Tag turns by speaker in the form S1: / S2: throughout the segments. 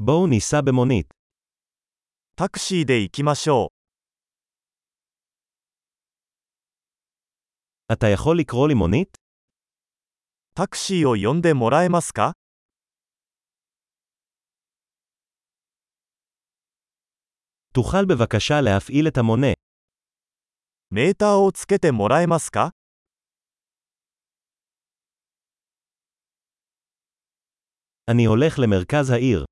S1: בואו ניסע במונית.
S2: タクシーで行きましょ
S1: אתה יכול לקרוא לי מונית?
S2: う。タクシーを呼んでもらえますか
S1: תוכל בבקשה להפעיל את המונה.
S2: メーターをつけてもらえますか
S1: אני הולך למרכז העיר.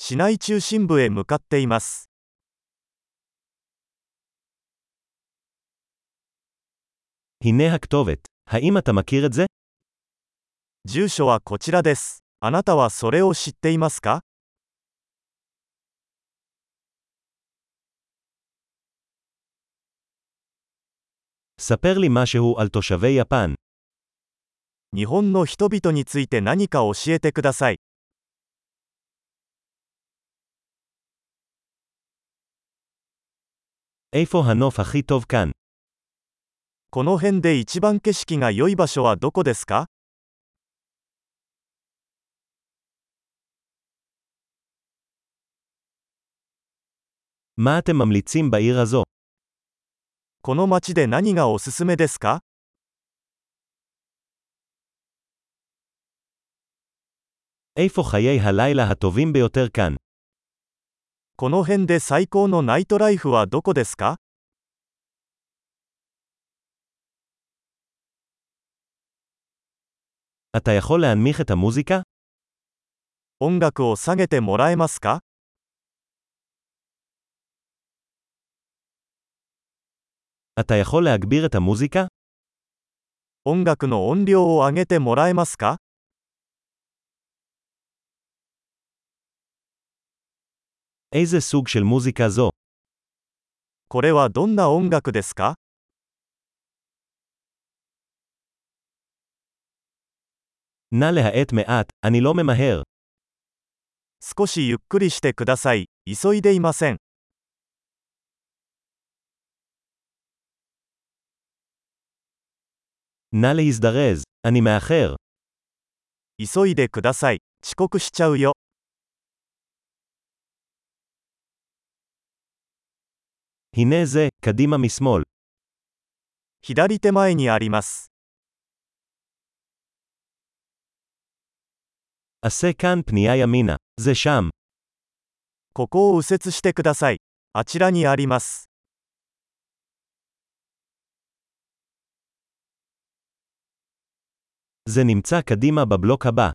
S2: 市内中心部へ向かっています。
S1: הנה הכתובת. האם אתה מכיר את זה?
S2: 住所はこちらです。あなたはそれを知っていますか
S1: ספר לי משהו על תושבי יפן.
S2: 日本の人々について何か教えてください。
S1: איפה הנוף הכי טוב כאן?
S2: この辺で一番景色が良い場所はどこですか
S1: מה אתם ממליצים בעיר הזו?
S2: この街で何がおすすめですか
S1: איפה חיי הלילה הטובים ביותר כאן?
S2: この辺で最高のナイトライフはどこですか
S1: אתה יכול להנמיך את המוזיקה?
S2: 音楽を下げてもらえますか
S1: אתה יכול להגביר את המוזיקה?
S2: 音楽の音量を上げてもらえますか
S1: איזה סוג של מוזיקה זו?
S2: これはどんな音楽ですか
S1: נא להאט מעט, אני לא ממהר.
S2: 少しゆっくりしてください。急いでいません。
S1: נא להזדרז, אני מאחר.
S2: 急いでください。遅刻しちゃうよ。
S1: הנה זה, קדימה משמאל.
S2: 左手前にあります。
S1: עשה כאן פנייה ימינה. זה שם.
S2: ここを右折してください。あちらにあります。
S1: זה נמצא קדימה בבלוק הבא.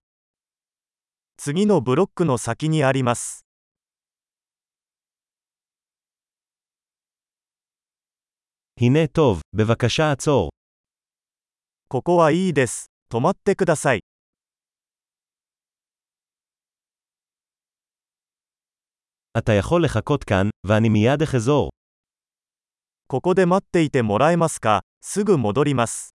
S2: 次のブロックの先にあります。
S1: הנה טוב, בבקשה עצור.
S2: ここはいいです。止まってください。
S1: אתה יכול לחכות כאן, ואני מיד אחזור.
S2: ここで待っていてもらえますかすぐ戻ります。